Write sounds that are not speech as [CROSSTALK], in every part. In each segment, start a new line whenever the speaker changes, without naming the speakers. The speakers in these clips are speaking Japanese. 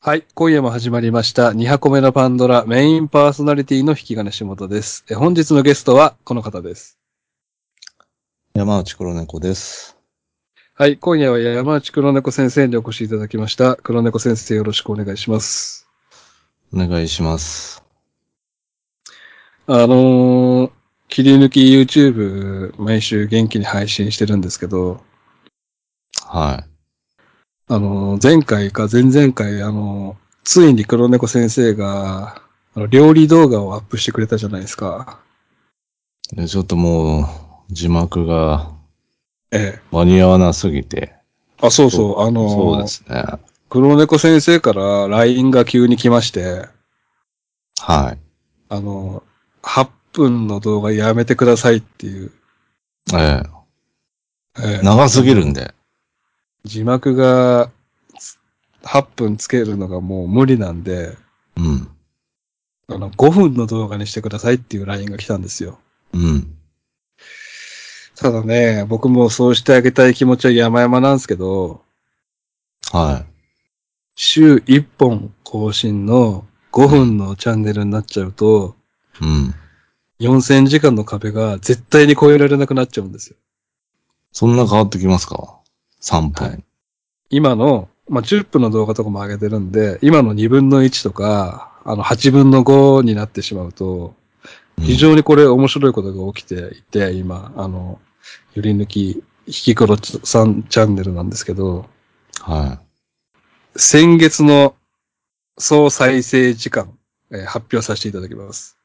はい。今夜も始まりました。2箱目のパンドラメインパーソナリティの引き金下本です。え本日のゲストはこの方です。
山内黒猫です。
はい。今夜は山内黒猫先生にお越しいただきました。黒猫先生よろしくお願いします。
お願いします。
あのー、切り抜き YouTube 毎週元気に配信してるんですけど、
は
あのー、前回か前々回、あのー、ついに黒猫先生が、あの、料理動画をアップしてくれたじゃないですか。
い。でちょっともう、字幕が
ええ。
間に合わなすぎて。
あ、そうそう、あのー、
そうですね。
黒猫先生から LINE が急に来まして、
はい。
あの、8分の動画やめてくださいっていう、
え
え
え。
え
長すぎるんで。
字幕がつ8分つけるのがもう無理なんで、
うん。
あの5分の動画にしてくださいっていう LINE が来たんですよ。
うん。
ただね、僕もそうしてあげたい気持ちは山々なんですけど、
は
週1本更新の5分のチャンネルになっちゃうと、
い。うん。
4000時間の壁が絶対に超えられなくなっちゃうんですよ。
そんな変わってきますか ?3 分。
はい今の、まあ、10分の動画とかも上げてるんで、今の2分の1とか、あの、8分の5になってしまうと、
うん
非常にこれ面白いことが起きていて、今、あの、ゆり抜き、ひきころさんチャンネルなんですけど、
は
先月の総再生時間、えー発表させていただきます。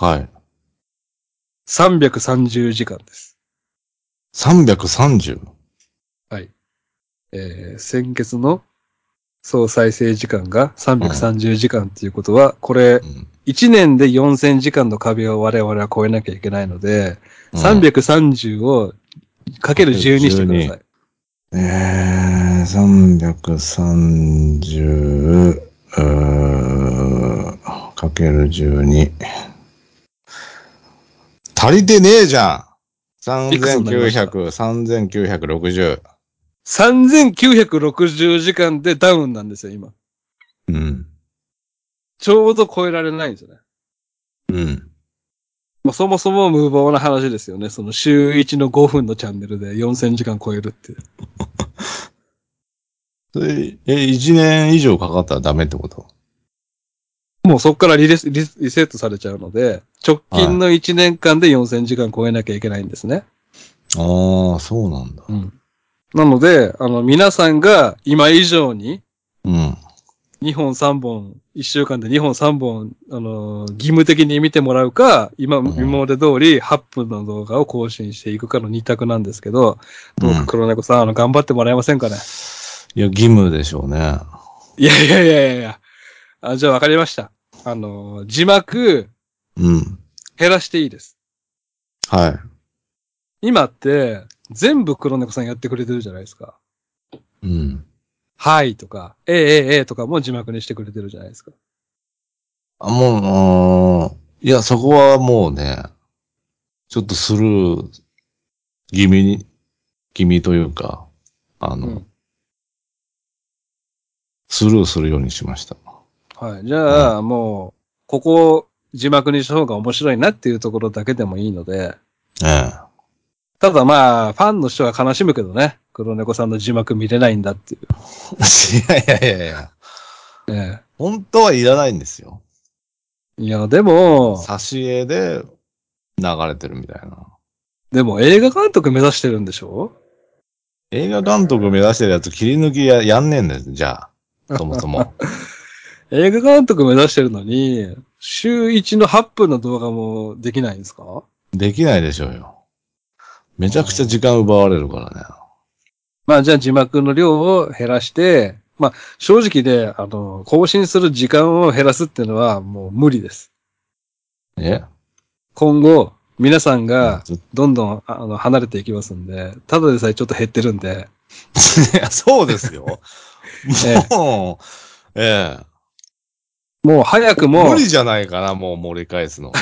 い。はい。
330時間です。
330?
えー先月の総再生時間が330時間っていうことは、これ、
うん。
1年で4000時間の壁を我々は超えなきゃいけないので、330をかける12してください。
うん。えー、330、うーかける12。足りてねえじゃん
いくつになりました
!3900、3960。
3960時間でダウンなんですよ、今。
うん。
ちょうど超えられないんですよね。
うん。
まあ、そもそも無謀な話ですよね。その週1の5分のチャンネルで4000時間超えるって。
それえ、1年以上かかったらダメってこと
もうそこからリレスリリセットされちゃうので、直近の1年間で4000時間超えなきゃいけないんですね。
ああ、そうなんだ。
うん。なので、あの、皆さんが今以上に、
うん。
2本3本、1週間で2本3本、あのー義務的に見てもらうか、今、
ん
今まで通り8分の動画を更新していくかの2択なんですけど、どう
う
か
ん
黒猫さん、あの、頑張ってもらえませんかね。
いや、義務でしょうね。
いやいやいやいやいや。あじゃあわかりました。あのー字幕
うん。
減らしていいです。
はい。
今って、全部黒猫さんやってくれてるじゃないですか。
うん。
はいとか、ええええええとかも字幕にしてくれてるじゃないですか。
あ、もう、あーいや、そこはもうね、ちょっとスルー、気味に、気味というか、あの、
うん
スルーするようにしました。
はい。じゃあ、もう、ここを字幕にした方が面白いなっていうところだけでもいいので、
ええ。
ただまあ、ファンの人は悲しむけどね。黒猫さんの字幕見れないんだっていう。
[LAUGHS] いやいやいやいや、
え
本当はいらないんですよ。
えいや、でも、
挿絵で流れてるみたいな。
でも映画監督目指してるんでしょ
映画監督目指してるやつ切り抜きややんねえんです、じゃあ。そも
[LAUGHS]
そも。
映画監督目指してるのに、週1の8分の動画もできないんですか
できないでしょうよ。めちゃくちゃ時間奪われるからね。
まあじゃあ字幕の量を減らして、まあ正直で、あの、更新する時間を減らすっていうのはもう無理です。
え
今後、皆さん
[LAUGHS]
が
ずっ
どんどんあの離れていきますんで、ただでさえちょっと減ってるんで、
いや、そうですよ。もう、ええ
もう早くも
無、理じゃないかな、もう盛り返
[LAUGHS]
すの。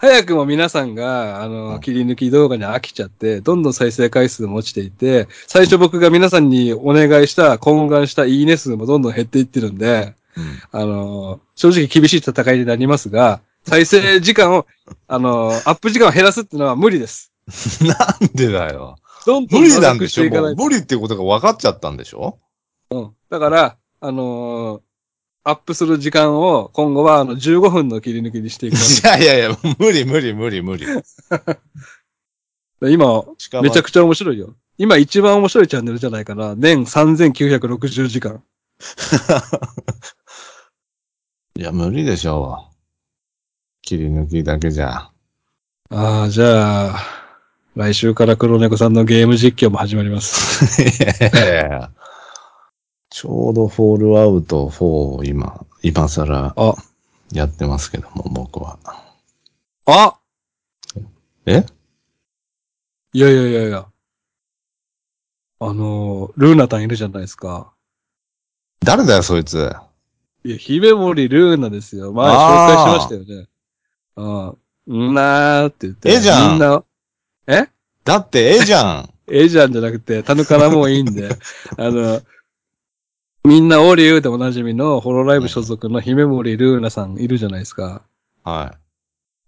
早くも皆さんが、あの、
うん
切り抜き動画に飽きちゃって、どんどん再生回数も落ちていて、最初僕が皆さんにお願いした、懇願したいいね数もどんどん減っていってるんで、
うん
あの、正直厳しい戦いになりますが、再生時間を、あの、アップ時間を減らすっていうのは無理です。
なんでだよ。
どんど
無
ん
理なん
長
で
く
し
して
ょ
いか
も
な
う
いと。
無理ってことが分かっちゃったんでしょ
うん。だから、あのーアップする時間を今後はあの15分の切り抜きにしていくわ
いやいやいや、無理無理無理無理。
け。今、
しかも
めちゃくちゃ面白いよ。今一番面白いチャンネルじゃないかな。年3960時間。
いや、無理でしょう。切り抜きだけじゃ。
ああ、じゃあ、来週から黒猫さんのゲーム実況も始まります。 [LAUGHS]
いやいやいやちょうどフォールアウト4を今、今更
あ、
やってますけども、僕は。
あ
え
いやいやいやいや。あのールーナタンいるじゃないですか。
誰だよ、そいつ。
いや、姫森ルーナですよ。前紹介しましたよね。うん。んなーって言って。
ええじゃん
みんな、
だって、えじゃ
[LAUGHS]
ん。
ええじゃんじゃなくて、タヌカラもいいん
[LAUGHS]
で、あの、みんなオリューでおなじみのホロライブ所属の姫森ルーナさんいるじゃないですか。
はい。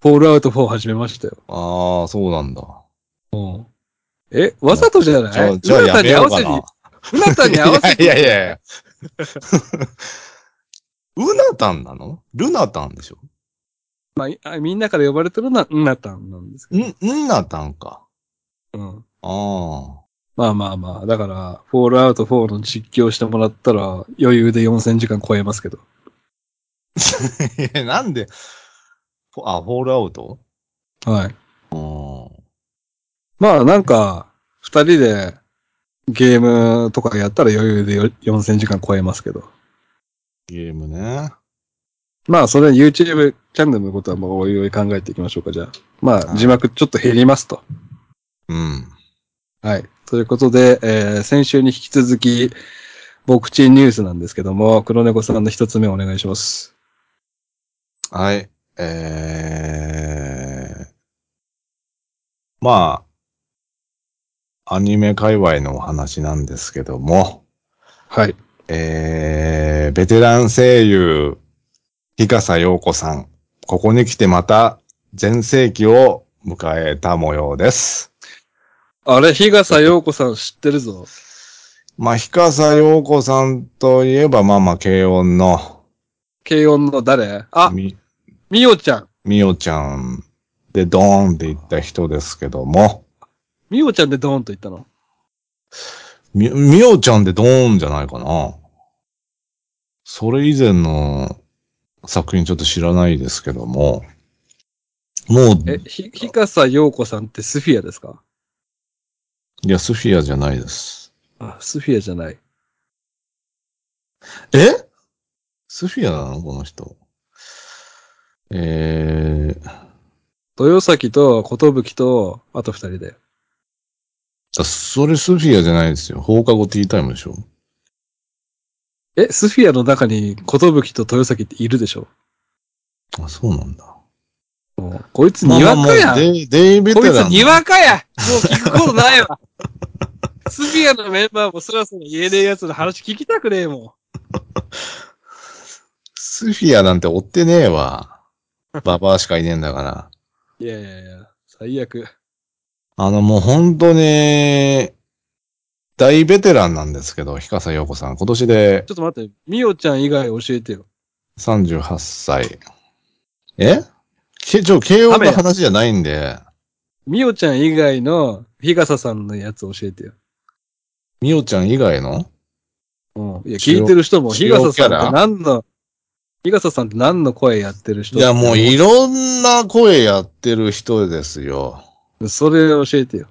フォールアウト4始めましたよ。
ああ、そうなんだ。
え、わざとじゃない
じゃあ、じゃあ
ルナタ
やめ
に合
よう
わ
か
せに
な。、
ルナタに合わせに。
[LAUGHS] いやいやいや。ウナタンなのルナタンでしょ
まあいあ、みんなから呼ばれてるのはルナタンなんですけ
ん、んなたんか。
ど。うん。
あ
まあまあまあ、だから、フォールアウト4の実況してもらったら、余裕で4000時間超えますけど。
あ。い
[LAUGHS]
やなんで、フォあ、フォールアウト
はい。
うん。
まあなんか、二人でゲームとかやったら余裕でよ4000時間超えますけど。
ゲームね。
まあそれ YouTube チャンネルのことはもうおいおい考えていきましょうか、じゃあ。ま
は
あ
い
字幕ちょっと減りますと。
うん。
はい。ということで、えー先週に引き続き、僕チンニュースなんですけども、黒猫さんの一つ目お願いします。
はい。えー。まあ、アニメ界隈のお話なんですけども、
はい。
えー、ベテラン声優、日笠陽子さん。ここに来てまた、全盛期を迎えた模様です。
あれ、日笠陽子さん知ってるぞ。
まあ、日笠陽子さんといえば、まあまあ、軽音の、
軽音の誰あ、
み、
みおちゃん。
みおちゃんでドーンって言った人ですけども、
みおちゃんでドーンと言ったの。
み、みおちゃんでドーンじゃないかな。それ以前の作品ちょっと知らないですけども、もう、
え、ひ、日笠陽子さんってスフィアですか
いや、スフィアじゃないです。
あ、スフィアじゃない。
えスフィアなのこの人。えー、
豊崎と寿と、あと二人で。
あそれスフィアじゃないですよ。放課後ティータイムでしょ
え、スフィアの中に寿と豊崎っているでしょ
あ、そうなんだ。
もうこいつにわかやん、
まあまあデイデイベテ
こいつ
ラン
にわかやもう聞くことないわ [LAUGHS] スフィアのメンバーもそらそら言えねえやつの話聞きたくねえも
スフィアなんて追ってねえわ。ババアしかいねえんだから。
ん。いやいやいや、最悪。
あの、もう本当に、大ベテランなんですけど、日笠陽子さん。今年で
ちょっと待って、みおちゃん以外教えてよ。
38歳。えけ、ちょ、慶応の話じゃないんで、
みおちゃん以外の日笠さんのやつ教えてよ。
みおちゃん以外の
うん。いや、聞いてる人も、日
主要
笠さんっ
主要キャラ
て何の、日笠さんって何の声やってる人
いや、もういろんな声やってる人ですよ。
それ教えてよ。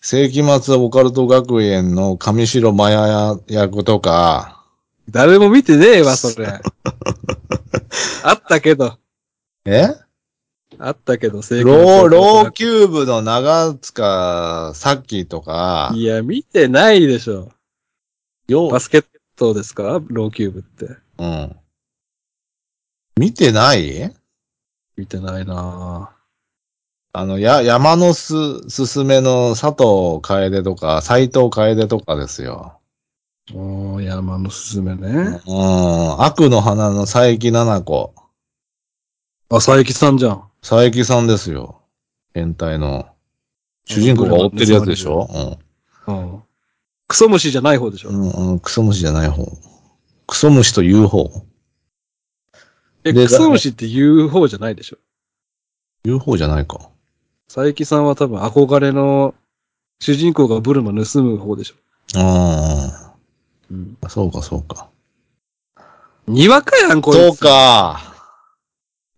世紀末オカルト学園の上白マヤ役とか、
誰も見てねえわ、そ
[LAUGHS]
れ。あったけど、
え
あったけど、正
ロー、ローキューブの長塚さっきとか、
いや、見てないでしょ。
よ
バスケットですかローキューブって。
うん。見てない
見てないなぁ
あの、や、山のす、すすめの佐藤楓とか、斎藤楓とかですよ。
おー山のすすめ
う
ね。
ん。悪の花の佐伯七子。
あ、佐伯さんじゃん。
佐伯さんですよ。変態の。主人公が追ってるやつでしょ
うん。クソ虫じゃない方でしょ。
うん。うん、うん、クソ虫じゃない方。クソ虫という方。
え、
で
クソ虫って言う方じゃないでしょ。
言う方じゃないか。
佐伯さんは多分憧れの主人公がブルマ盗む方でしょ。
あ
うん。
あ、そうか、そうか。
にわかやん、これ。
そう。か。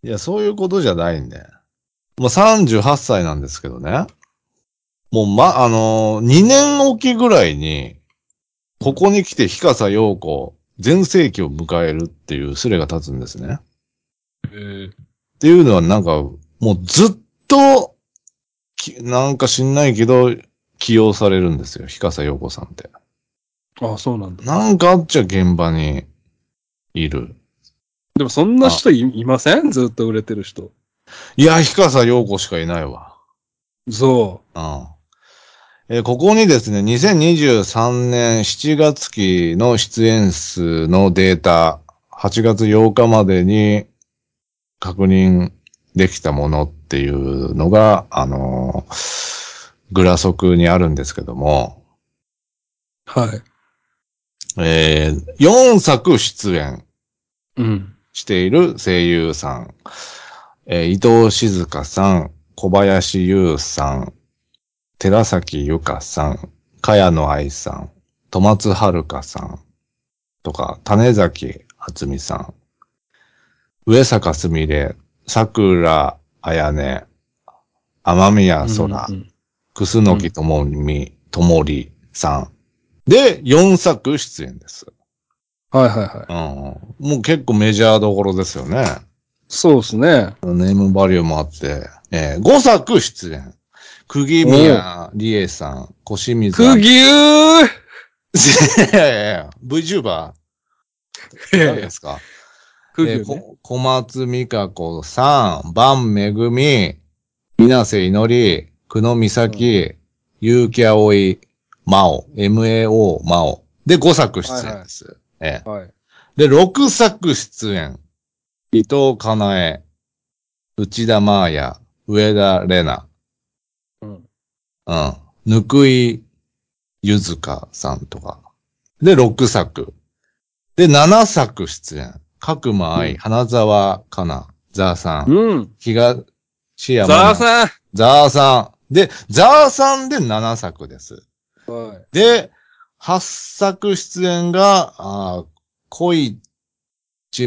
いや、そういうことじゃないんで。もう38歳なんですけどね。もう、ま、あのー、2年おきぐらいに、ここに来て、日笠陽子、全盛期を迎えるっていうスレが立つんですね。っていうのはなんか、もうずっと、きなんか知んないけど、起用されるんですよ、日笠陽子さんって。
あ、そうなんだ。
なんかあっちゃ現場にいる。
でもそんな人いいませんずっと売れてる人。
いや、日笠陽子しかいないわ。
そ
うん。えーここにですね、2023年7月期の出演数のデータ、8月8日までに確認できたものっていうのが、あのーグラ速にあるんですけども、
う。はい。
え4作出演
うん。
している声優さん、えー伊藤静香さん、小林優さん、寺崎由香さん、茅野愛さん、戸松遥さん、とか、種崎厚美さん、上坂すみれ、桜彩音、天宮空、
うん
楠木ともみ、ともりさん。で、4作出演です。
はいはいはい。
うん。もう結構メジャーどころですよね。
そうですね。
ネームバリューもあって、えー5作出演。釘宮理恵さん、小清水
く
あ。 [LAUGHS]
ぎゅー [LAUGHS]
いやいやいや VTuber? 誰ですか
くぎ
え
ゅ
ー
ーね。
こ小松美香子さん、バンめぐみ、水瀬いのり、久野美咲、結城葵、真央、MAO 真央。で、5作出演です。え
はい。
えで、6作出演。伊藤かなえ、内田真也、上田玲奈、
うん。
うん。ぬくいゆずかさんとか。で、6作。で、7作出演。角間愛、
うん
花沢香菜、ザーさん、
うん。
東
ザー
山菜
さん
ザーさん。で、ザーさんで7作です。
はい。
で、8作出演が、あー小市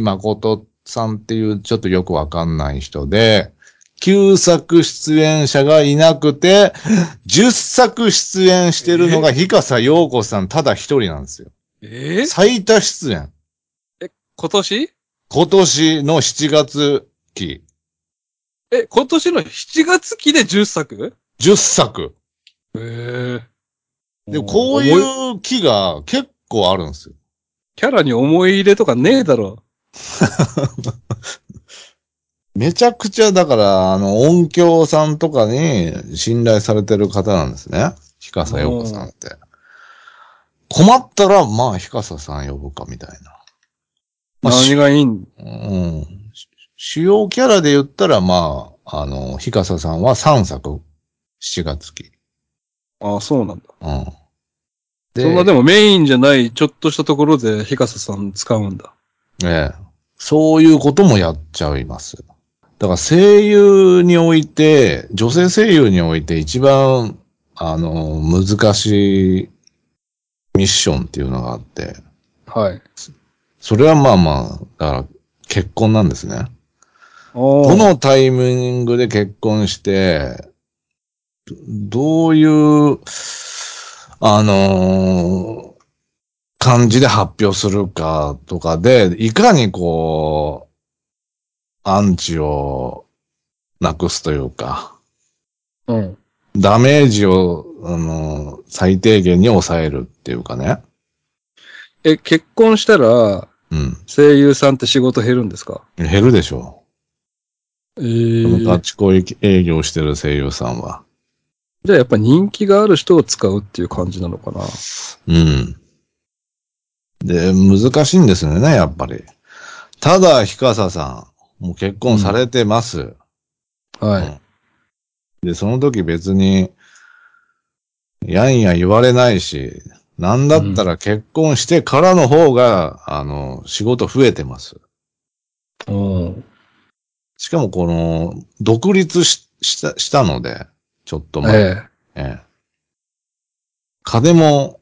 誠さんっていうちょっとよくわかんない人で、9作出演者がいなくて、10作出演してるのが日笠陽子さんただ一人なんですよ。
えー
最多出演。
今年
今年の7月期、
え、今年の7月期で10作
10作。
ええ。
で、こ
重
う
い。
いう期が結構あるんですよ。
キャラに思い入れとかねえだろ。
めちゃくちゃ、だから、あの、音響さんとかに信頼されてる方なんですね。ヒカサヨコさんって。困ったら、まあ、ヒカサさん呼ぶか、みたいな。まあ、
何
し
がいいん
うん。し主要キャラで言ったら、まあ、あの、ヒカサさんは3作、7月期。
ああ、そうなんだ。
うん。
そんなでもメインじゃない、ちょっとしたところでヒカサさん使うんだ。
ええ。そういうこともやっちゃいます。だから声優において、女性声優において一番、あの、難しいミッションっていうのがあって、
はい。
それはまあまあ、だから結婚なんですね。
こ
ど、のタイミングで結婚して、どどういう、あのー感じで発表するかとかで、いかにこう、アンチをなくすというか、
うん。
ダメージを、あのー最低限に抑えるっていうかね。
え、結婚したら、
うん。
声優さんって仕事減るんですか
減るでしょ
え
う。この
ー、
立ち声営業してる声優さんは。
じゃあやっぱ人気がある人を使うっていう感じなのかな
うん。で、難しいんですよね、やっぱり。ただ、ひかささん、もう結婚されてます。
はい。
で、その時別に、やんや言われないし、なんだったら結婚してからの方が、あの、仕事増えてます。
うん。
しかもこの、独立しした、したので、ちょっと前。
ええ。
ええ。金も、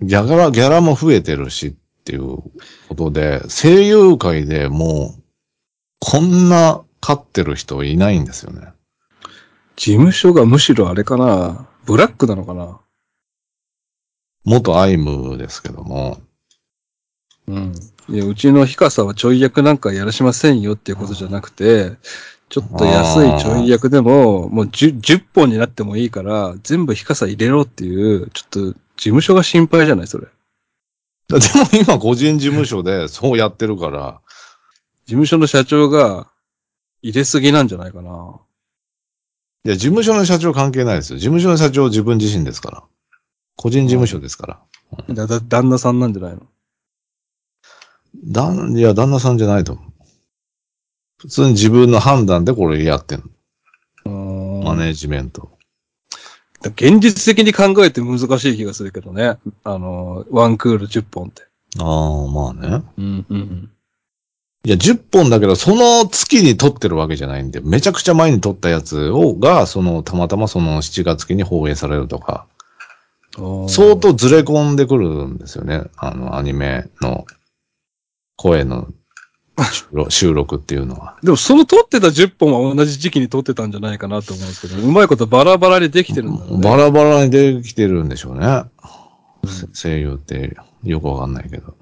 ギャラ、ギャラも増えてるしっていうことで、声優界でもう、こんな勝ってる人いないんですよね。
事務所がむしろあれかなブラックなのかな
元アイムですけども。
うん。いや、うちのヒカサはちょい役なんかやらしませんよっていうことじゃなくて、ちょっと安いちょい役でも、もう 10, 10本になってもいいから、全部ヒカサ入れろっていう、ちょっと事務所が心配じゃないそれ。事
だでも今個人事務所でそうやってるから、
務所の社長が入れすぎなんじゃないかな。
いや、事務所の社長関係ないですよ。事務所の社長自分自身ですから。個人事務所ですから。
だ、だ、旦那さんなんじゃないの
だん、いや、旦那さんじゃないと思う。普通に自分の判断でこれやってんの。
う
マ
ん。
ネージメント。
現実的に考えて難しい気がするけどね。あの、ワンクール10本って。
ああ、まあね。
うんうん
いや、10本だけど、その月に撮ってるわけじゃないんで、めちゃくちゃ前に撮ったやつを、が、その、たまたまその7月期に放映されるとか、
うん。
相当ずれ込んでくるんですよね。あの、アニメの、声の収録収録っていうのは。
でもその撮ってた10本は同じ時期に撮ってたんじゃないかなと思うんですけど、うまいことバラバラにできてるんだろうね。
バラバラにできてるんでしょうね。声優ってよくわかんないけど。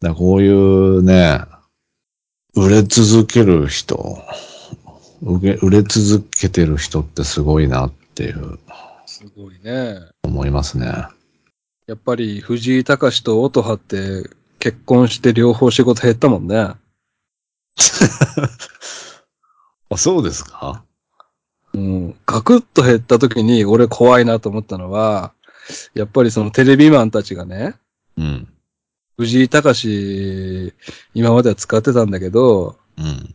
だからこういうね、売れ続ける人、売れ売れ続けてる人ってすごいなっていう
すごいね。
思いますね。
やっぱり藤井隆と音羽って結婚して両方仕事減ったもんね。
あ、そうですか
うん。ガクッと減った時に俺怖いなと思ったのは、やっぱりそのテレビマンたちがね、
うん。
藤井隆、今までは使ってたんだけど、
うん。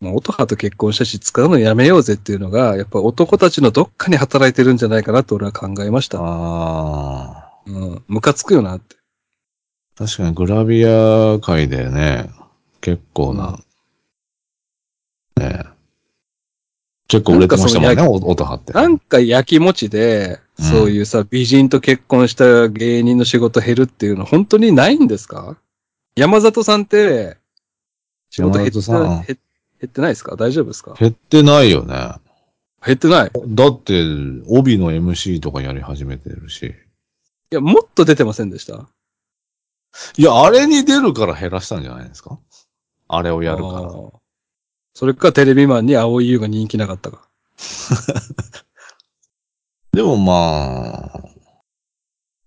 まあ、音羽と結婚したし、使うのやめようぜっていうのが、やっぱ男たちのどっかに働いてるんじゃないかなと俺は考えました。
ああ。
うん。ムカつくよなって。
確かにグラビア界でね、結構な、ね結構売れてましたもん
な
ね、お音張って。
なんかやきもちで、
うん
そういうさ、美人と結婚した芸人の仕事減るっていうの本当にないんですか山里さんって、仕事減った
山里さん
減減ってないですか大丈夫ですか
減ってないよね。
減ってない。い
だって、帯の MC とかやり始めてるし。
や、もっと出てませんでした。
いや、あれに出るから減らしたんじゃないですかあれをやるか
あ
ら。
ーそれかテレビマンに青井優が人気なかったか。
でもまあ、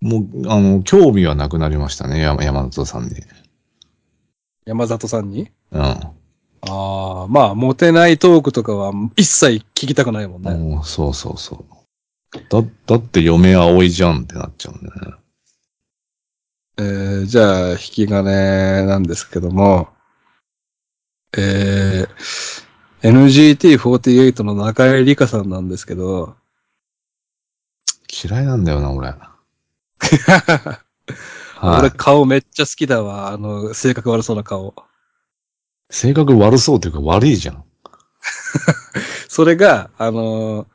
もう、あの、興味はなくなりましたね、山山里さんに。
山里さんに
う
ああ、まあ、モテないトークとかは一切聞きたくないもんね。
ん。もうそうそうそう。だ、だって嫁葵じゃんってなっちゃうんだよね。
えーじゃあ、引き金なんですけども、えー NGT48 の中江里香さんなんですけど、
嫌いなんだよな、俺。 [LAUGHS] は
俺
い。
顔めっちゃ好きだわ。あの、性格悪そうな顔。
性格悪そうというか悪いじゃん。
それが、あのー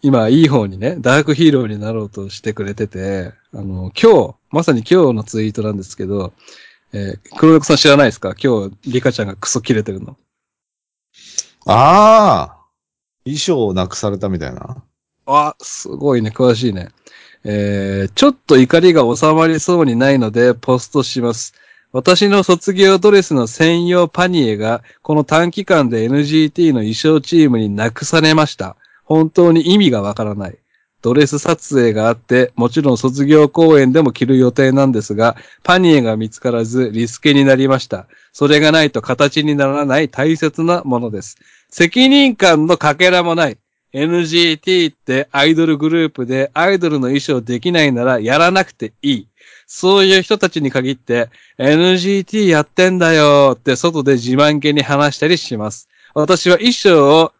今、いい方にね、ダークヒーローになろうとしてくれてて、あの今日、まさに今日のツイートなんですけど、えー黒猫さん知らないですか今日、リカちゃんがクソ切れてるの。
ああ衣装をなくされたみたいな。
あ、すごいね、詳しいね。えー、ちょっと怒りが収まりそうにないので、ポストします。私の卒業ドレスの専用パニエが、この短期間で NGT の衣装チームになくされました。本当に意味がわからない。ドレス撮影があって、もちろん卒業公演でも着る予定なんですが、パニエが見つからずリスケになりました。それがないと形にならない大切なものです。責任感のかけらもない。NGT ってアイドルグループでアイドルの衣装できないならやらなくていい。そういう人たちに限って NGT やってんだよって外で自慢げに話したりします。私は衣装を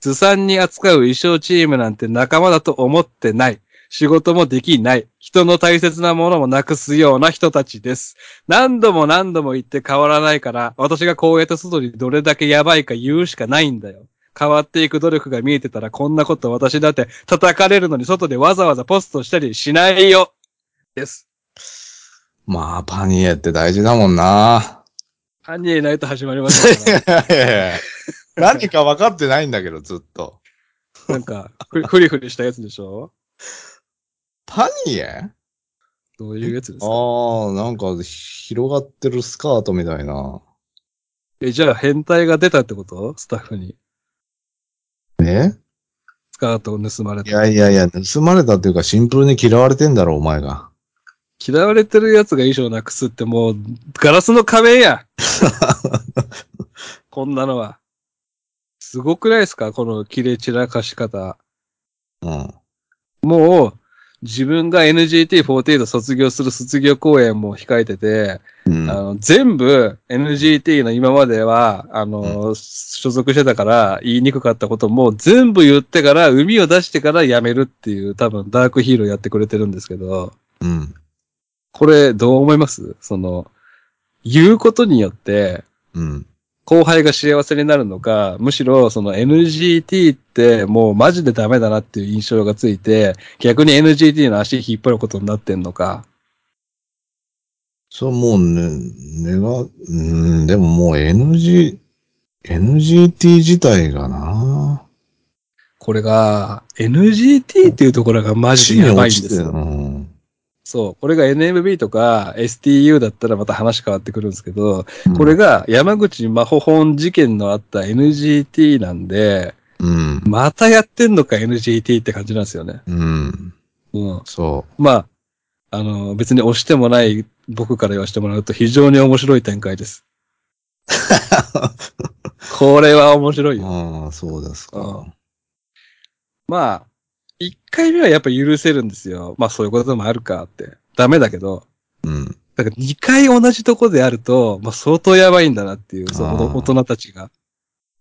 ずさんに扱う衣装チームなんて仲間だと思ってない。仕事もできない。人の大切なものもなくすような人たちです。何度も何度も言って変わらないから、私がこうやって外にどれだけやばいか言うしかないんだよ。変わっていく努力が見えてたらこんなこと私だって叩かれるのに外でわざわざポストしたりしないよ。です。
まあ、パニエって大事だもんな。
アニエナイト始まりましたか
[LAUGHS]
ら
何か分かってないんだけど、ずっと。
なんか、ふふりふりしたやつでしょ
パニエ
どういうやつですか
ああ、なんか広がってるスカートみたいな。
え、じゃあ変態が出たってことスタッフに。
え
スカートを盗まれ
い
た。
やいやいや、盗まれたっていうかシンプルに嫌われてんだろ、お前が。
嫌われてるやつが衣装なくすってもう、ガラスの壁やん [LAUGHS] こんなのは。すごくないですかこの切れ散らかし方。
うん。
もう、自分が NGT48 卒業する卒業公演も控えてて、
うん
あの全部 NGT の今までは、あの、所属してたから言いにくかったことも全部言ってから、海を出してから辞めるっていう、多分ダークヒーローやってくれてるんですけど、
うん。
これどう思いますその、言うことによって、
うん。
後輩が幸せになるのか、むしろその NGT ってもうマジでダメだなっていう印象がついて、逆に NGT の足引っ張ることになってんのか。
それはもうね、ねが、うん、でももう NG、NGT 自体がな。
これが NGT っていうところがマジでやばいんです
地に落ちてる
よ。
うん
そう。これが NMB とか STU だったらまた話変わってくるんですけど、
うん
これが山口真帆本事件のあった NGT なんで、
うん。
またやってんのか NGT って感じなんですよね。
うん。
うん。
そ。
まあ、あの、別に押してもない僕から言わせてもらうと非常に面白い展開です。これは面白いうよ。
ああ、そうです
う
か。
まあ、一回目はやっぱ許せるんですよ。まあそういうこともあるかって。ダメだけど。
うん。
だから二回同じとこであると、まあ相当やばいんだなっていう、そ
あ
の
ー
大人たちが。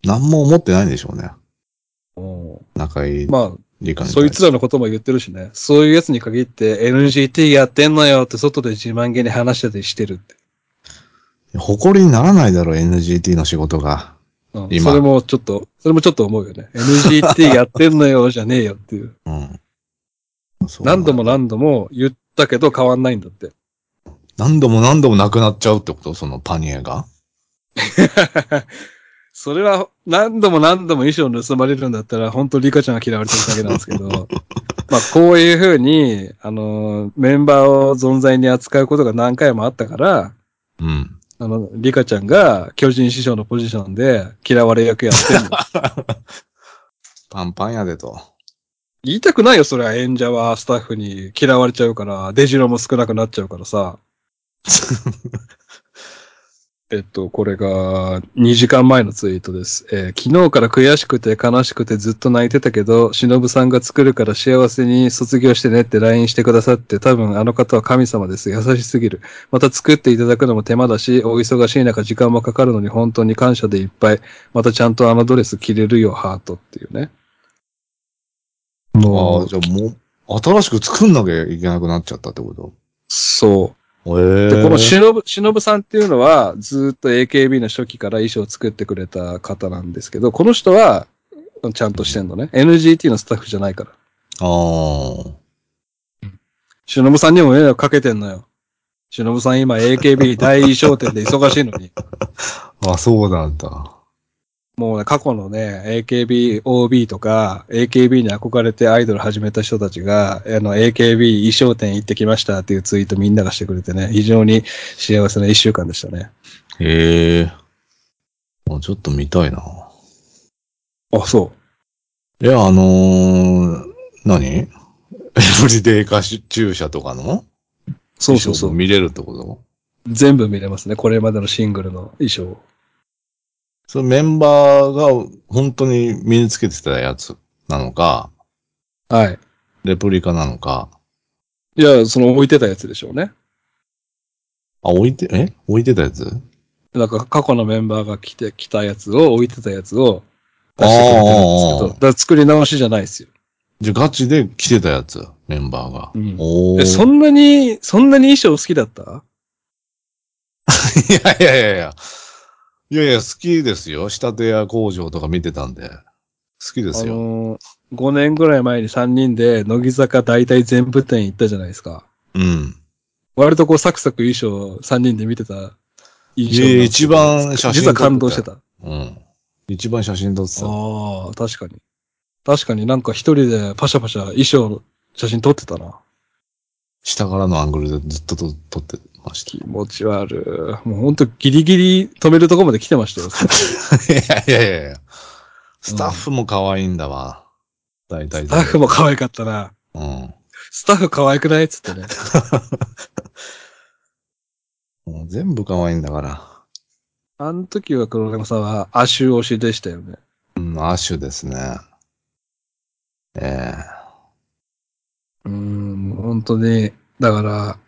何も思ってないんでしょうね。
うん
仲いい
ま
理
あ、
解
そいつらのことも言ってるしね。そういうやつに限って NGT やってんのよって外で自慢げに話してたりしてるって。
誇りにならないだろ、NGT の仕事が。
うん、
今
それもちょっと、それもちょっと思うよね。NGT やってんのよ、じゃねえよっていう。
うん。そう
何度も。何度も言ったけど変わんないんだって。
何度も何度もなくなっちゃうってことそのパニエが。
それは何度も何度も衣装盗まれるんだったら、本当リカちゃんが嫌われてるだけなんですけ
[LAUGHS]
ど、まあこういうふうに、あのー、メンバーを存在に扱うことが何回もあったから、
うん。
あの、リカちゃんが巨人師匠のポジションで嫌われ役やって
[LAUGHS]
んの。
パンパンやでと。
言いたくないよ、それは演者はスタッフに嫌われちゃうから、出城も少なくなっちゃうからさ。えっと、これが2時間前のツイートです。えー昨日から悔しくて悲しくてずっと泣いてたけど、忍さんが作るから幸せに卒業してねって LINE してくださって、多分あの方は神様です。優しすぎる。また作っていただくのも手間だし、お忙しい中時間もかかるのに本当に感謝でいっぱい。またちゃんとあのドレス着れるよ、ハートっていうね。
あ
も
あ、
う、
じゃあもう、新しく作んなきゃいけなくなっちゃったってこと
そう。
ええ
で、このしのぶ、しのぶさんっていうのは、ずーっと AKB の初期から衣装を作ってくれた方なんですけど、この人は、ちゃんとしてんのね。NGT のスタッフじゃないから。
ああ。
しのぶさんにも迷惑かけてんのよ。しのぶさん今 AKB 大衣装店で忙しいのに。
あ、そうなんだ。
もうね、過去のね、AKBOB とか、AKB に憧れてアイドル始めた人たちが、あの、AKB 衣装店行ってきましたっていうツイートみんながしてくれてね、非常に幸せな一週間でしたね。
へえ。もうちょっと見たいな。
あ、そう。
[LAUGHS] いや、あのー、何ブリデイカ注射とかの
そうそうそ
衣装も
う。
見れるってこと
全部見れますね。これまでのシングルの衣装を
それメンバーが本当に身につけてたやつなのか、
はい。
レプリカなのか、
いや、その置いてたやつでしょうね。
あ、置いて、え置いてたやつ
なんか過去のメンバーが来て、来たやつを置いてたやつを出してくれてるんですけ
あー
ど、だから作り直しじゃないですよ。
じゃ、ガチで来てたやつ、メンバーが。
うん
おー
え、そんなに、そんなに衣装好きだった
いや [LAUGHS] いやいやいや。いやいや、好きですよ。仕立て屋工場とか見てたんで。好きです
あ
よ。
のー、5年ぐらい前に3人で乃木坂大体全部店行ったじゃないですか。
うん。
割とこうサクサク衣装を3人で見てた印象
い
なん
や
ですけ
一
ど
番写真
実は感動してた。あ
うん。一番写真撮ってた。
あー、確かに。確かになんか一人でパシャパシャ衣装の写真撮ってたな。
下からのアングルでずっとと撮ってまし
気持ち悪い。もうほんとギリギリ止めるとこまで来てましたよ。 [LAUGHS] ス
た。いやいやいやいや。スタッフも可愛いんだわ。大体。
タッフも可愛かったな。
うん。
スタッフ可愛くないっつってね。
もう全部可愛いんだから。
あの時は黒山さんは亜種推しでしたよね。
うん、アッシュですね。ええ
うーん、本当に、だから、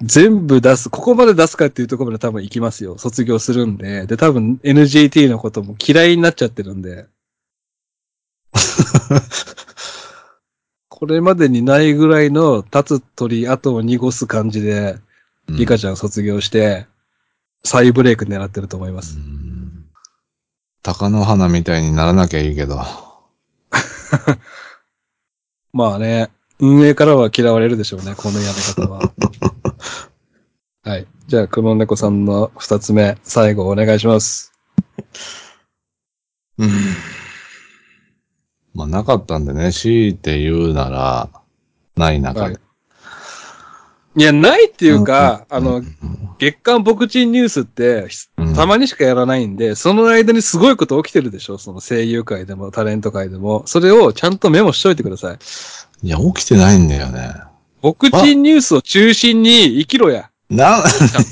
全部出す、ここまで出すかっていうところまで多分行きますよ。卒業するんで。で、多分 NGT のことも嫌いになっちゃってるんで。これまでにないぐらいの立つ鳥、後を濁す感じで、
うん
リカちゃん卒業して、再ブレイク狙ってると思いま
う
す。
ん鷹の花みたいにならなきゃいいけど。
まあね、運営からは嫌われるでしょうね、このやり方
[LAUGHS]
は。はい。じゃあ、黒猫さんの二つ目、最後お願いします。
うんまあ、なかったんでね、強いて言うなら、ない中
は
で。
い。いや、ないっていうか、あ
う
の
ん、、
月間牧人ニュースって、
うん
たまにしかやらないんで、その間にすごいこと起きてるでしょその声優界でもタレント界でも。それをちゃんとメモしといてください。
いや、起きてないんだよね。
牧人ニュースを中心に生きろや。
な、 [LAUGHS]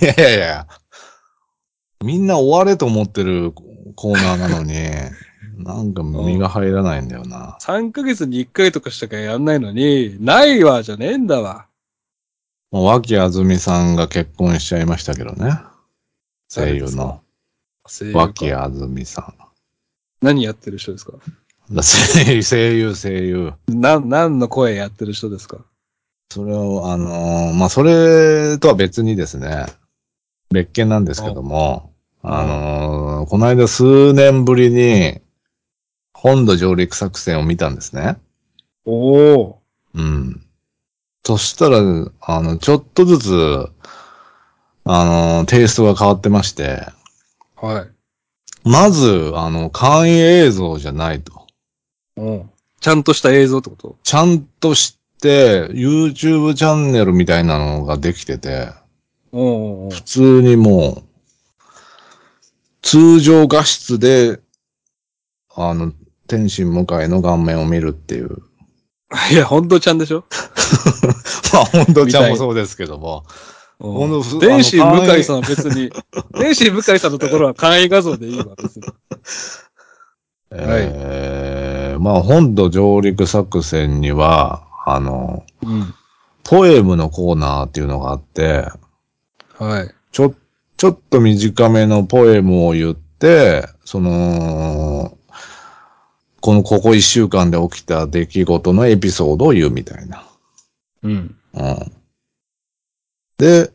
いやいやいや。みんな終われと思ってるコーナーなのに、なんか身が入らないんだよな。
3ヶ月に1回とかしかやんないのに、ないわじゃねえんだわ。
まあ、脇あずみさんが結婚しちゃいましたけどね。声優の。
声優か
脇あずみさん。
何やってる人ですか
だ声優、声優、声優。
な、何の声やってる人ですか
それを、あのーまあ、それとは別にですね、別件なんですけども、
お
あのーこの間数年ぶりに、本土上陸作戦を見たんですね。
おお。
うん。そしたら、あの、ちょっとずつ、あのーテイストが変わってまして、
はい。
まず、あの、簡易映像じゃないと。
うん。ちゃんとした映像ってこと
ちゃんとして、YouTube チャンネルみたいなのができてて、
うんうんうん。
普通にもう、通常画質で、あの、天心向かいの顔面を見るっていう。 [LAUGHS]
いや、本当ちゃんでしょ
まあ、本当
み
ち
たい
ゃんもそうですけども。ほんとふ
電子
あの
向井さんは別に、電子向井さんのところは簡易画像でいいわ、別に。
えー、まあ、本土上陸作戦には、あの、
うん。
ポエムのコーナーっていうのがあって、
はい。
ちょ、ちょっと短めのポエムを言って、その、このここ一週間で起きた出来事のエピソードを言うみたいな。
うん。
うん。で、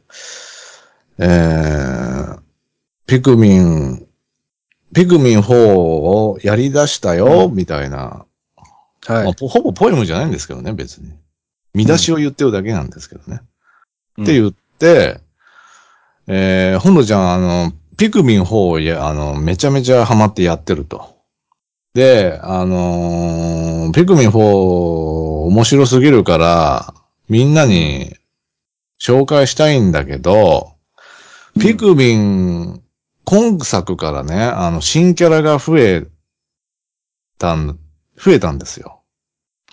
えー、ピクミン、ピクミン4をやり出したよ、みたいな、ま
は
あほほぼポエムじゃないんですけどね、別に。見出しを言ってるだけなんですけどね。
い。
って言って、えー、本土ちゃん、あの、ピクミン4をや、あの、めちゃめちゃハマってやってると。で、あのーピクミン4面白すぎるから、みんなに紹介したいんだけど、
うん
ピクミン、今作からね、あの、新キャラが増えたん、増えたんですよ。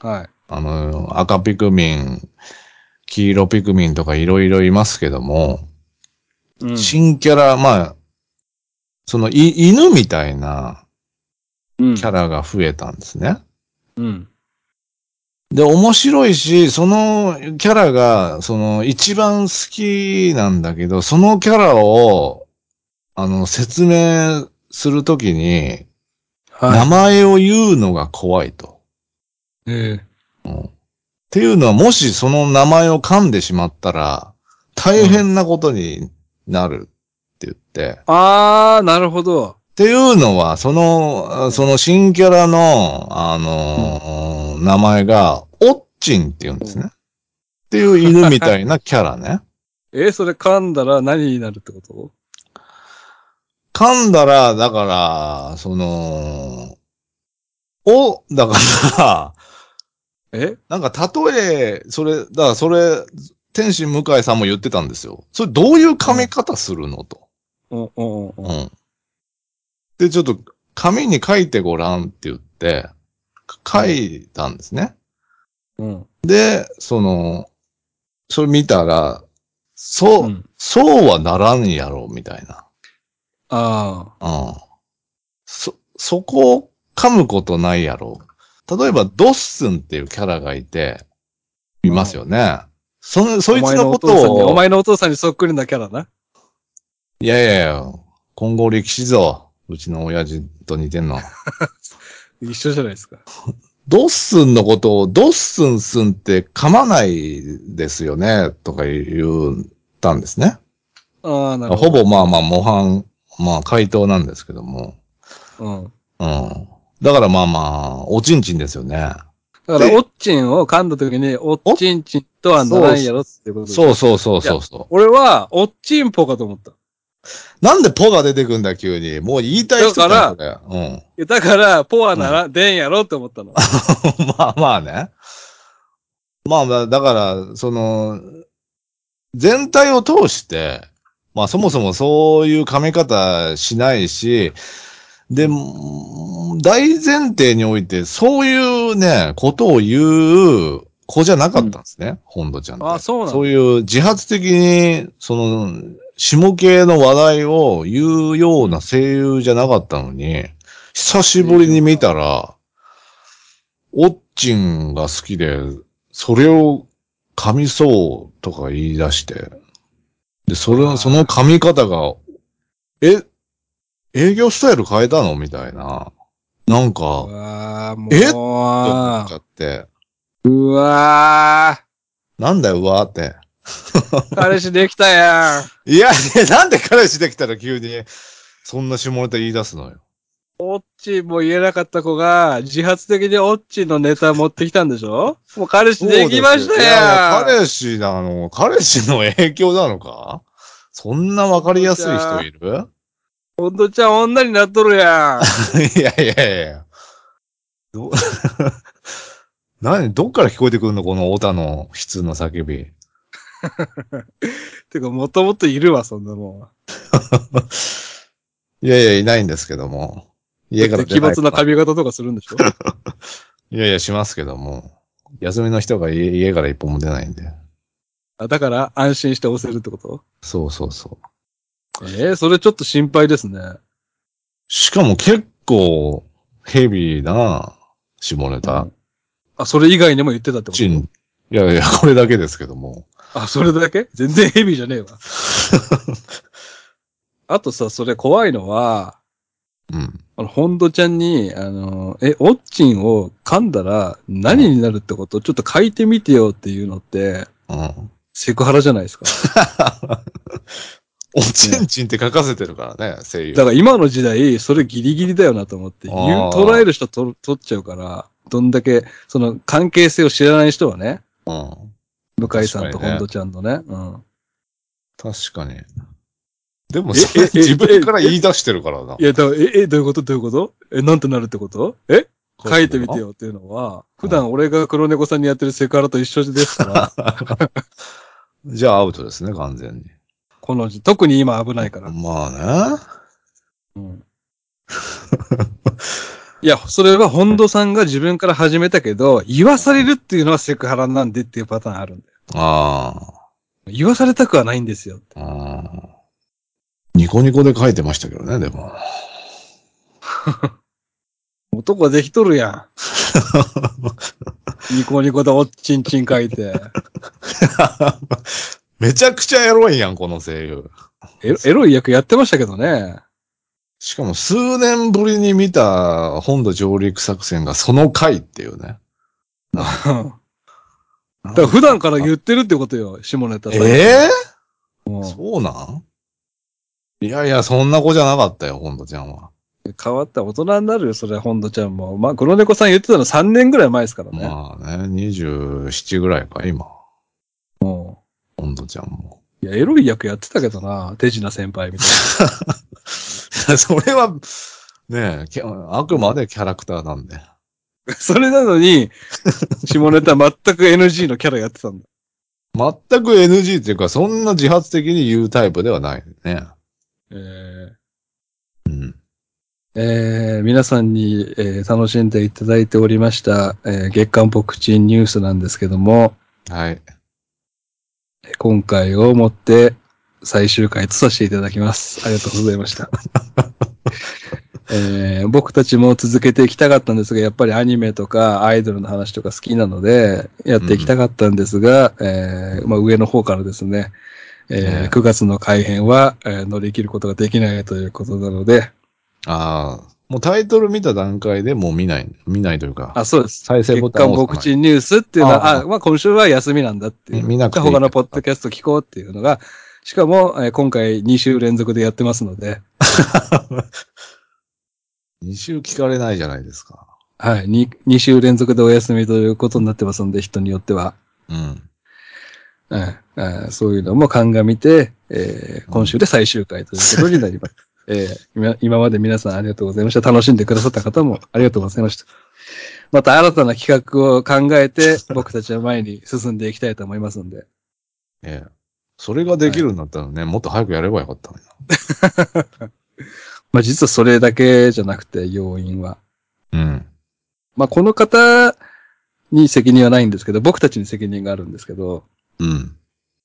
うん。はい。
あの、赤ピクミン、黄色ピクミンとかいろいろいますけども、
うん。
新キャラ、まあ、その、い、犬みたいな
うん
キャラが増えたんですね。
うん。
で、面白いし、そのキャラが、その、一番好きなんだけど、そのキャラを、あの、説明するときに、名
は
前を言うのが怖いと。
い。え
っていうのは、もしその名前を噛んでしまったら、大変なことになるって言って。
ー、
っ
あー、なるほど。
ていうのは、その、あその新キャラの、あのー名前が、オッチンって言うんですね。っていう犬みたいなキャラね。
えー、それ噛んだら何になるってこと
噛んだら、だから、その、お、だから、
え
なんか例え、それ、だからそれ、天心向井さんも言ってたんですよ。それどういう噛み方するのと。
うんうんうん。
うん。で、ちょっと、紙に書いてごらんって言って、書いたんですね。
うん。
で、その、それ見たら、そう、
うん
そうはならんやろ、みたいな。
あ
うん。そ、そこを噛むことないやろ。例えば、ドッスンっていうキャラがいて、いますよね。その、
あ。
そいつのこ
お前お父さんに
と
お
を、
前のお父さんにそっくりなキャラな。
いやいやいや、今後力士ぞ。うちの親父と似てんの。
一緒じゃないですか。
ドッスンのことをドッスンスンって噛まないですよね、とか言ったんですね。
ああ、なる
ほ
ほど。
ぼまあまあ模範、まあ回答なんですけども。
ぼ。うん。
うん。だからまあまあ、おちんちんですよね。
だか
で
ら、おっちんを噛んだ時に、おっちんちんとはならんやろっていうことです
そうそうそうそうそ。
俺は、おっちんぽかと思った。いう
なんでポが出てくんだ、急に。もう言いたい人だよ、それ。うん。
やだから、ポはなら、でんやろって思ったの。
[LAUGHS] まあまあね。まあまあ、だから、その、全体を通して、まあそもそもそういう噛み方しないし、で、うん大前提において、そういうね、ことを言う子じゃなかったんですね、本土ちゃんって。
あそうなんだ
そういう自発的に、その、下系の話題を言うような声優じゃなかったのに、久しぶりに見たら、オッチンが好きで、それを噛みそうとか言い出して、で、それ
あー
は、その噛み方が、え、営業スタイル変えたのみたいな。なんか、
う
と
わあ、も
え思っち
う。
ゃって、
うわ
なんだよ、うわーって。
あ、彼氏できた [LAUGHS] やん。
いや、ねなんで彼氏できたら急に、そんな下ネタ言い出すのよ。
オッチンも言えなかった子が、自発的にオッチンのネタ持ってきたんでしょもう彼氏 [LAUGHS] できました
い
や
や
ん。
彼氏なの、彼氏の影響なのかそんなわかりやすい人いる
ほんとちゃん女になっとるやん。
[LAUGHS] いやいやいや。ど、 [LAUGHS] 何どっから聞こえてくるのこのオタの悲痛の叫び。
てか、もともといるわ、そんなもん。
いやいや、いないんですけども。家から
奇
出ない
抜な髪型とかするんでしょ [LAUGHS]
いやいや、しますけども。休みの人が家家から一歩も出ないんで。
あだから、安心して押せるってこと
そうそうそう。
えー、それちょっと心配ですね。
しかも結構ヘビーな下ネタ。
あ、それ以外にも言ってたってこ
チン。いやいや、これだけですけども。
とあ、それだけ全然ヘビーじゃねえわ。 [LAUGHS] あとさ、それ怖いのは、
うん。
あの、本土ちゃんに、あの、え、オッチンを噛んだら何になるってことちょっと書いてみてよっていうのって、
うん。
セクハラじゃないですか。
おちんちんって書かせてるからね、声優。
だから今の時代、それギリギリだよなと思って、言う
あー
捉える人と取っちゃうから、どんだけ、その関係性を知らない人はね、
うん。
向井さん
確
と
かに
本
ね
土ちゃんのね。うん。
確かに。でも、
え
それ
ええ
自分から言い出してるからな。
いや、だからえ、え、どういうことどういうことえ、なんてなるってことえ書いてみて。よっていうのは、普段俺が黒猫さんにやってるセクハラと一緒です
[LAUGHS]
から、
[LAUGHS] じゃあアウトですね、完全に。
この字、特に今危ないから。
まあね。
うん。いや、それは本土さんが自分から始めたけど、言わされるっていうのはセクハラなんでっていうパターンあるんだよ。
あ
言わされたくはないんですよ。
あ。うんニコニコで書いてましたけどね、でも。 [LAUGHS]
男はできとるやん。ニコニコでおっちんちん書いて。
めちゃくちゃエロいやん、この声優。
エロエロい役やってましたけどね。 [LAUGHS]
しかも数年ぶりに見た本土上陸作戦がその回っていうね。
うんだから普段から言ってるってことよ、下ネタさん
え
も
え
う
そうなんいやいや、そんな子じゃなかったよ、本土ちゃんは。
変わった大人になるよ、それ、本土ちゃんも。まあ、黒猫さん言ってたの3年ぐらい前ですからね。
まあね、27ぐらいか、今。
うん
本土ちゃんも。 [LAUGHS]
いや、エロい役やってたけどな、手品先輩みたい
それは、ねえキャ、あくまでキャラクターなんで。
な。それなのに、下ネタ全く NG のキャラやってたんだ。
全く NG っていうか、そんな自発的に言うタイプではないね。
えー
うん。
えー皆さんに、えー楽しんでいただいておりました、えー月刊ポクチンニュースなんですけども、
はい。
えー今回をもって最終回とさせていただきます。ありがとうございま [LAUGHS] した。えー僕たちも続けていきたかったんですが、やっぱりアニメとかアイドルの話とか好きなので、やっていきたかったんですが、えーまあ、上の方からですね、えー
ね
9月の改編は、えー乗り切ることができないということなので、
ああ。もうタイトル見た段階でもう見ない、見ないというか。
あ、そうです。
再生ボ
月
タン
刊
を
僕
押さない。
ちニュースっていうのは、
あ
あまあ今週は休みなんだっていう。
見なくていい
他のポッドキャスト聞こうっていうのが、しかも、えー今回2週連続でやってますので、
2週聞かれないじゃないですか。
はい、2, 2週連続でお休みということになってますので、人によっては。
うん。
うんうんそういうのも鑑みて、えー今週で最終回ということになります。えー今今まで皆さんありがとうございました。楽しんでくださった方もありがとうございました。また新たな企画を考えて、僕たちは前に進んでいきたいと思いますので。
ええ。それができるんだったらね、もっと早くやればよかったのに
まあ実はそれだけじゃなくて、要因は。
うん。
まあこの方に責任はないんですけど、僕たちに責任があるんですけど、
うん。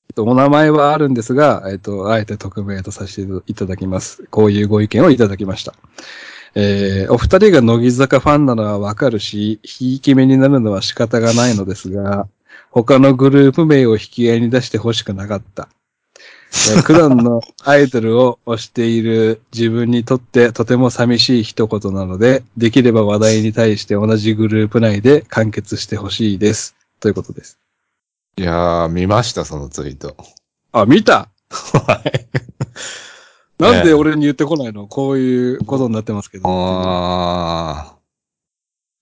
えっとお名前はあるんですが、えっと、あえて匿名とさせていただきます。こういうご意見をいただきました。えーお二人が乃木坂ファンなのはわかるし、ひいき目になるのは仕方がないのですが、他のグループ名を引き合いに出してほしくなかった。えー普段のアイドルを推している自分にとってとても寂しい一言なので、できれば話題に対して同じグループ内で完結してほしいです。ということです。
いやー、見ました、そのツイー [LAUGHS] ト。
あ、見た
はい。
なんで俺に言ってこないのこういうことになってますけど。あ、
あ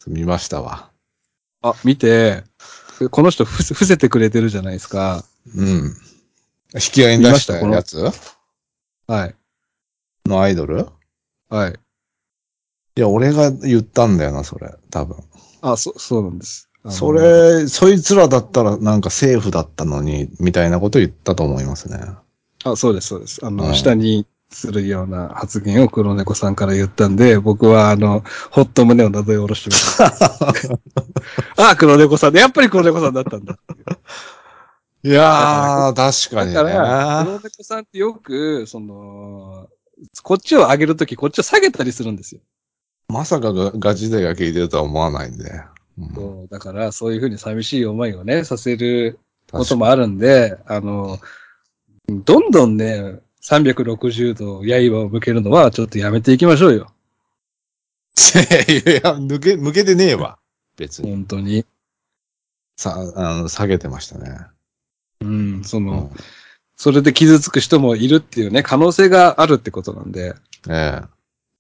ー。見ましたわ。
見て、この人ふせ伏せてくれてるじゃないですか。
うん。引き合いに出したやつ
はい。
のアイドル
はい。
いや、俺が言ったんだよな、それ。多分。
あ、そ、そうなんです。あの
そ。れ、そいつらだったらなんかセーフだったのに、みたいなこと言ったと思いますね。
あ、そうです、そうです。あの、
うん
下にするような発言を黒猫さんから言ったんで、僕はあの、ほっと胸をなぞり下ろしてま
[LAUGHS]
した。あ、黒猫さんで、やっぱり黒猫さんだったんだ。
いやー、確か
だ
に
から、
ね。
黒猫さんってよく、その、こっちを上げるとき、こっちを下げたりするんですよ。
まさかがガチ勢が聞いてるとは思わないんで。うん
そうだから、そういうふうに寂しい思いをね、させるこ
確か
と
に
もあるんで、あの、どんどんね、360度刃を向けるのはちょっとやめていきましょうよ。
[LAUGHS] いや、抜け、抜けてねえわ。別に。
本当に。
さ、あの、下げてましたね。
うん、そうの、
ん。
それで傷つく人もいるっていうね、可能性があるってことなんで、
え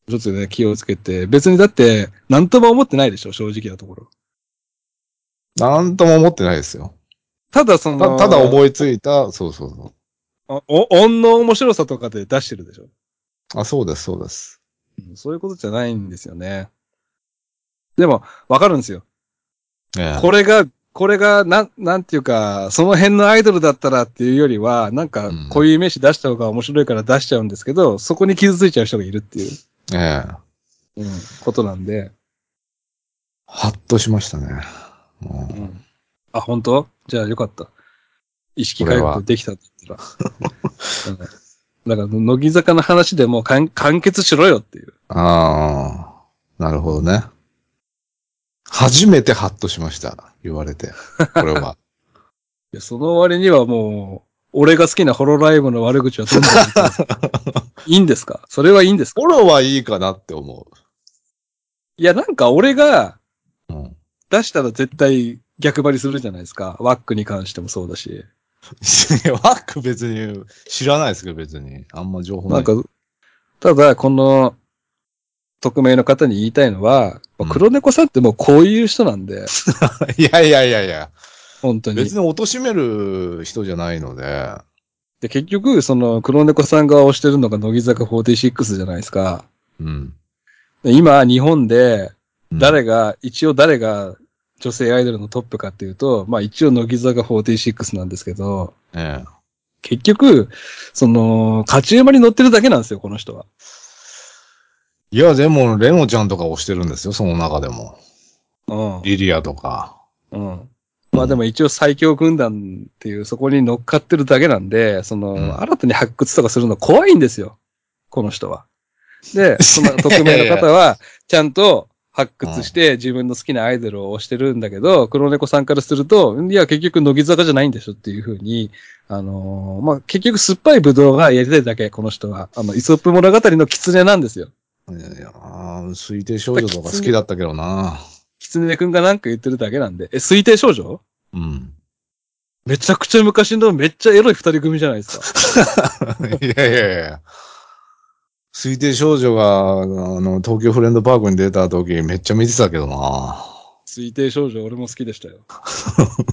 え。
ちょっとね、気をつけて、別にだって、なんとも思ってないでしょ、正直なところ。
なんとも思ってないですよ。
ただその、
たただ思いついた、そうそうそ
お、お音の面白さとかで出してるでしょ。
う。あ、そうです、そうです。
うんそういうことじゃないんですよね。でも、わかるんですよ。
ええ。
これが、これが、なん、なんていうか、その辺のアイドルだったらっていうよりは、なんか
うん、
こういう名詞出した方が面白いから出しちゃうんですけど、そこに傷ついちゃう人がいるっていう、
ええ。
ことなんで、
はっとしましたね。もう
うん。あ、本当じゃあよかった。意識回復できたって言ったら。うんだから、乃木坂の話でもう完完結しろよっていう。
ああ、なるほどね。初めてハッとしました。言われて。これ
[LAUGHS]
は。
いやその割にはもう、俺が好きなホロライブの悪口はどんどん言ってます。いいんですかそれはいいんですか
フォローはいいかなって思
いや、なんか俺が
う。うん。
出したら絶対逆張りするじゃないですか。ワックに関してもそうだし。
い [LAUGHS] やワック別に知らないですけど別に。あんま情報ない。
なんか、ただ、この、匿名の方に言いたいのは、
うん
黒猫さんってもうこういう人なんで、
[LAUGHS] いやいやいやいや。
本当に
別。に貶める人じゃないので。
で、結局、その、黒猫さんが推してるのが乃木坂46じゃないですか。
うん。
で今、日本で、
うん
誰が、一応誰が女性アイドルのトップかっていうと、まあ一応乃木坂46なんですけど、
ええ。
結局、その、勝ち馬に乗ってるだけなんですよ、この人は。
いや、でも、レノちゃんとか押してるんですよ、その中でも。
う
リリアとか。
ん。うん。まあでも一応最強軍団っていう、そこに乗っかってるだけなんで、その、
うん
新たに発掘とかするの怖いんですよ。この人は。で、その匿名の方
[LAUGHS]
は、ちゃんと発掘して自分の好きなアイドルを推してるんだけど、黒猫さんからすると、いや、結局乃木坂じゃないんでしょっていうふうに、あのーまあ、結局酸っぱいブドウがやりたいだけ、この人は。あの、イソップ物語の狐なんですよ。
いやいや、あー推定少女とか好きだったけどな。
狐くんがなんか言ってるだけなんで。え、推定少女
うん。 [LAUGHS]
めちゃくちゃ昔のめっちゃエロい二人組じゃないです
[LAUGHS]
か。
いやいやいや。推定少女が、あの、東京フレンドパークに出た時めっちゃ見てたけどな。
推定少女俺も好きでしたよ。 [LAUGHS]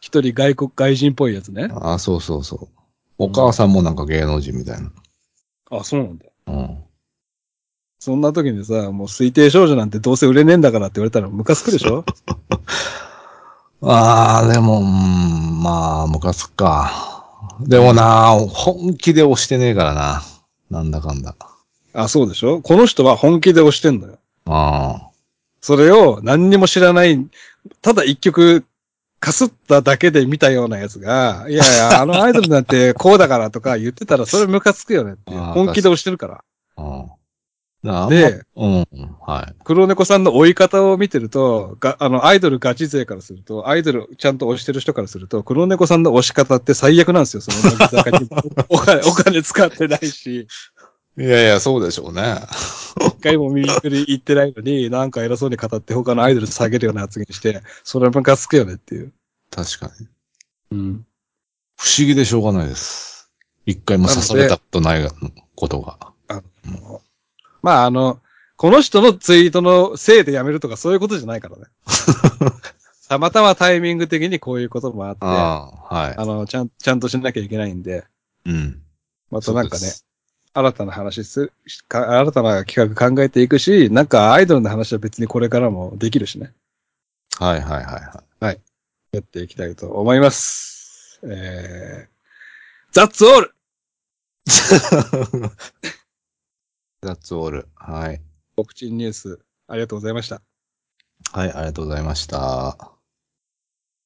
一人外国外人っぽいやつね。
あーそうそうそう。お母さんもなんか芸能人みたいな。
あ、そうなんだ。
うん。
そんな時にさ、もう推定少女なんてどうせ売れねえんだからって言われたらムカつくでし
[LAUGHS]
ょ
ああ、でも、うん、まあ、ムカつくか。でもな、本気で押してねえからな。なんだかんだ。
あ、そうでしょこの人は本気で推してんのよ。
あ
それを何にも知らない、ただ一曲かすっただけで見たようなやつが、いやいや、あのアイドルなんてこうだからとか言ってたらそれムカつくよねっていう。
[LAUGHS] あー
本気で推してるから。
あ、うん。なあ
で、
うん、はい。
黒猫さんの追い方を見てると、があの、アイドルガチ勢からすると、アイドルちゃんと推してる人からすると、黒猫さんの推し方って最悪なんですよ、その乃木坂にお [LAUGHS] 金、お金使ってないし、
いやいや、そうでしょうね。
一回も見に行ってないのに、なんか偉そうに語って他のアイドル下げるような発言して、それはムカつくよねっていう。
確かに。
うん。
不思議でしょうがないです。一回も刺されたことないことが。
まあ、あの、この人のツイートのせいでやめるとかそういうことじゃないから [LAUGHS] ね。たまたまタイミング的にこういうこともあって、あ
ああ、は
の、ちゃん、ちゃんとしなきゃいけないんで、
い。うん。
またなんか
そう
ね
で、す
新たな話するしか、新たな企画考えていくし、なんかアイドルの話は別にこれからもできるしね、
はいはいはいは
やっていきたいと思います。えー、That's all!
い。That's all. はい。
告知ニュース、ありがとうございました。
はい、ありがとうございました。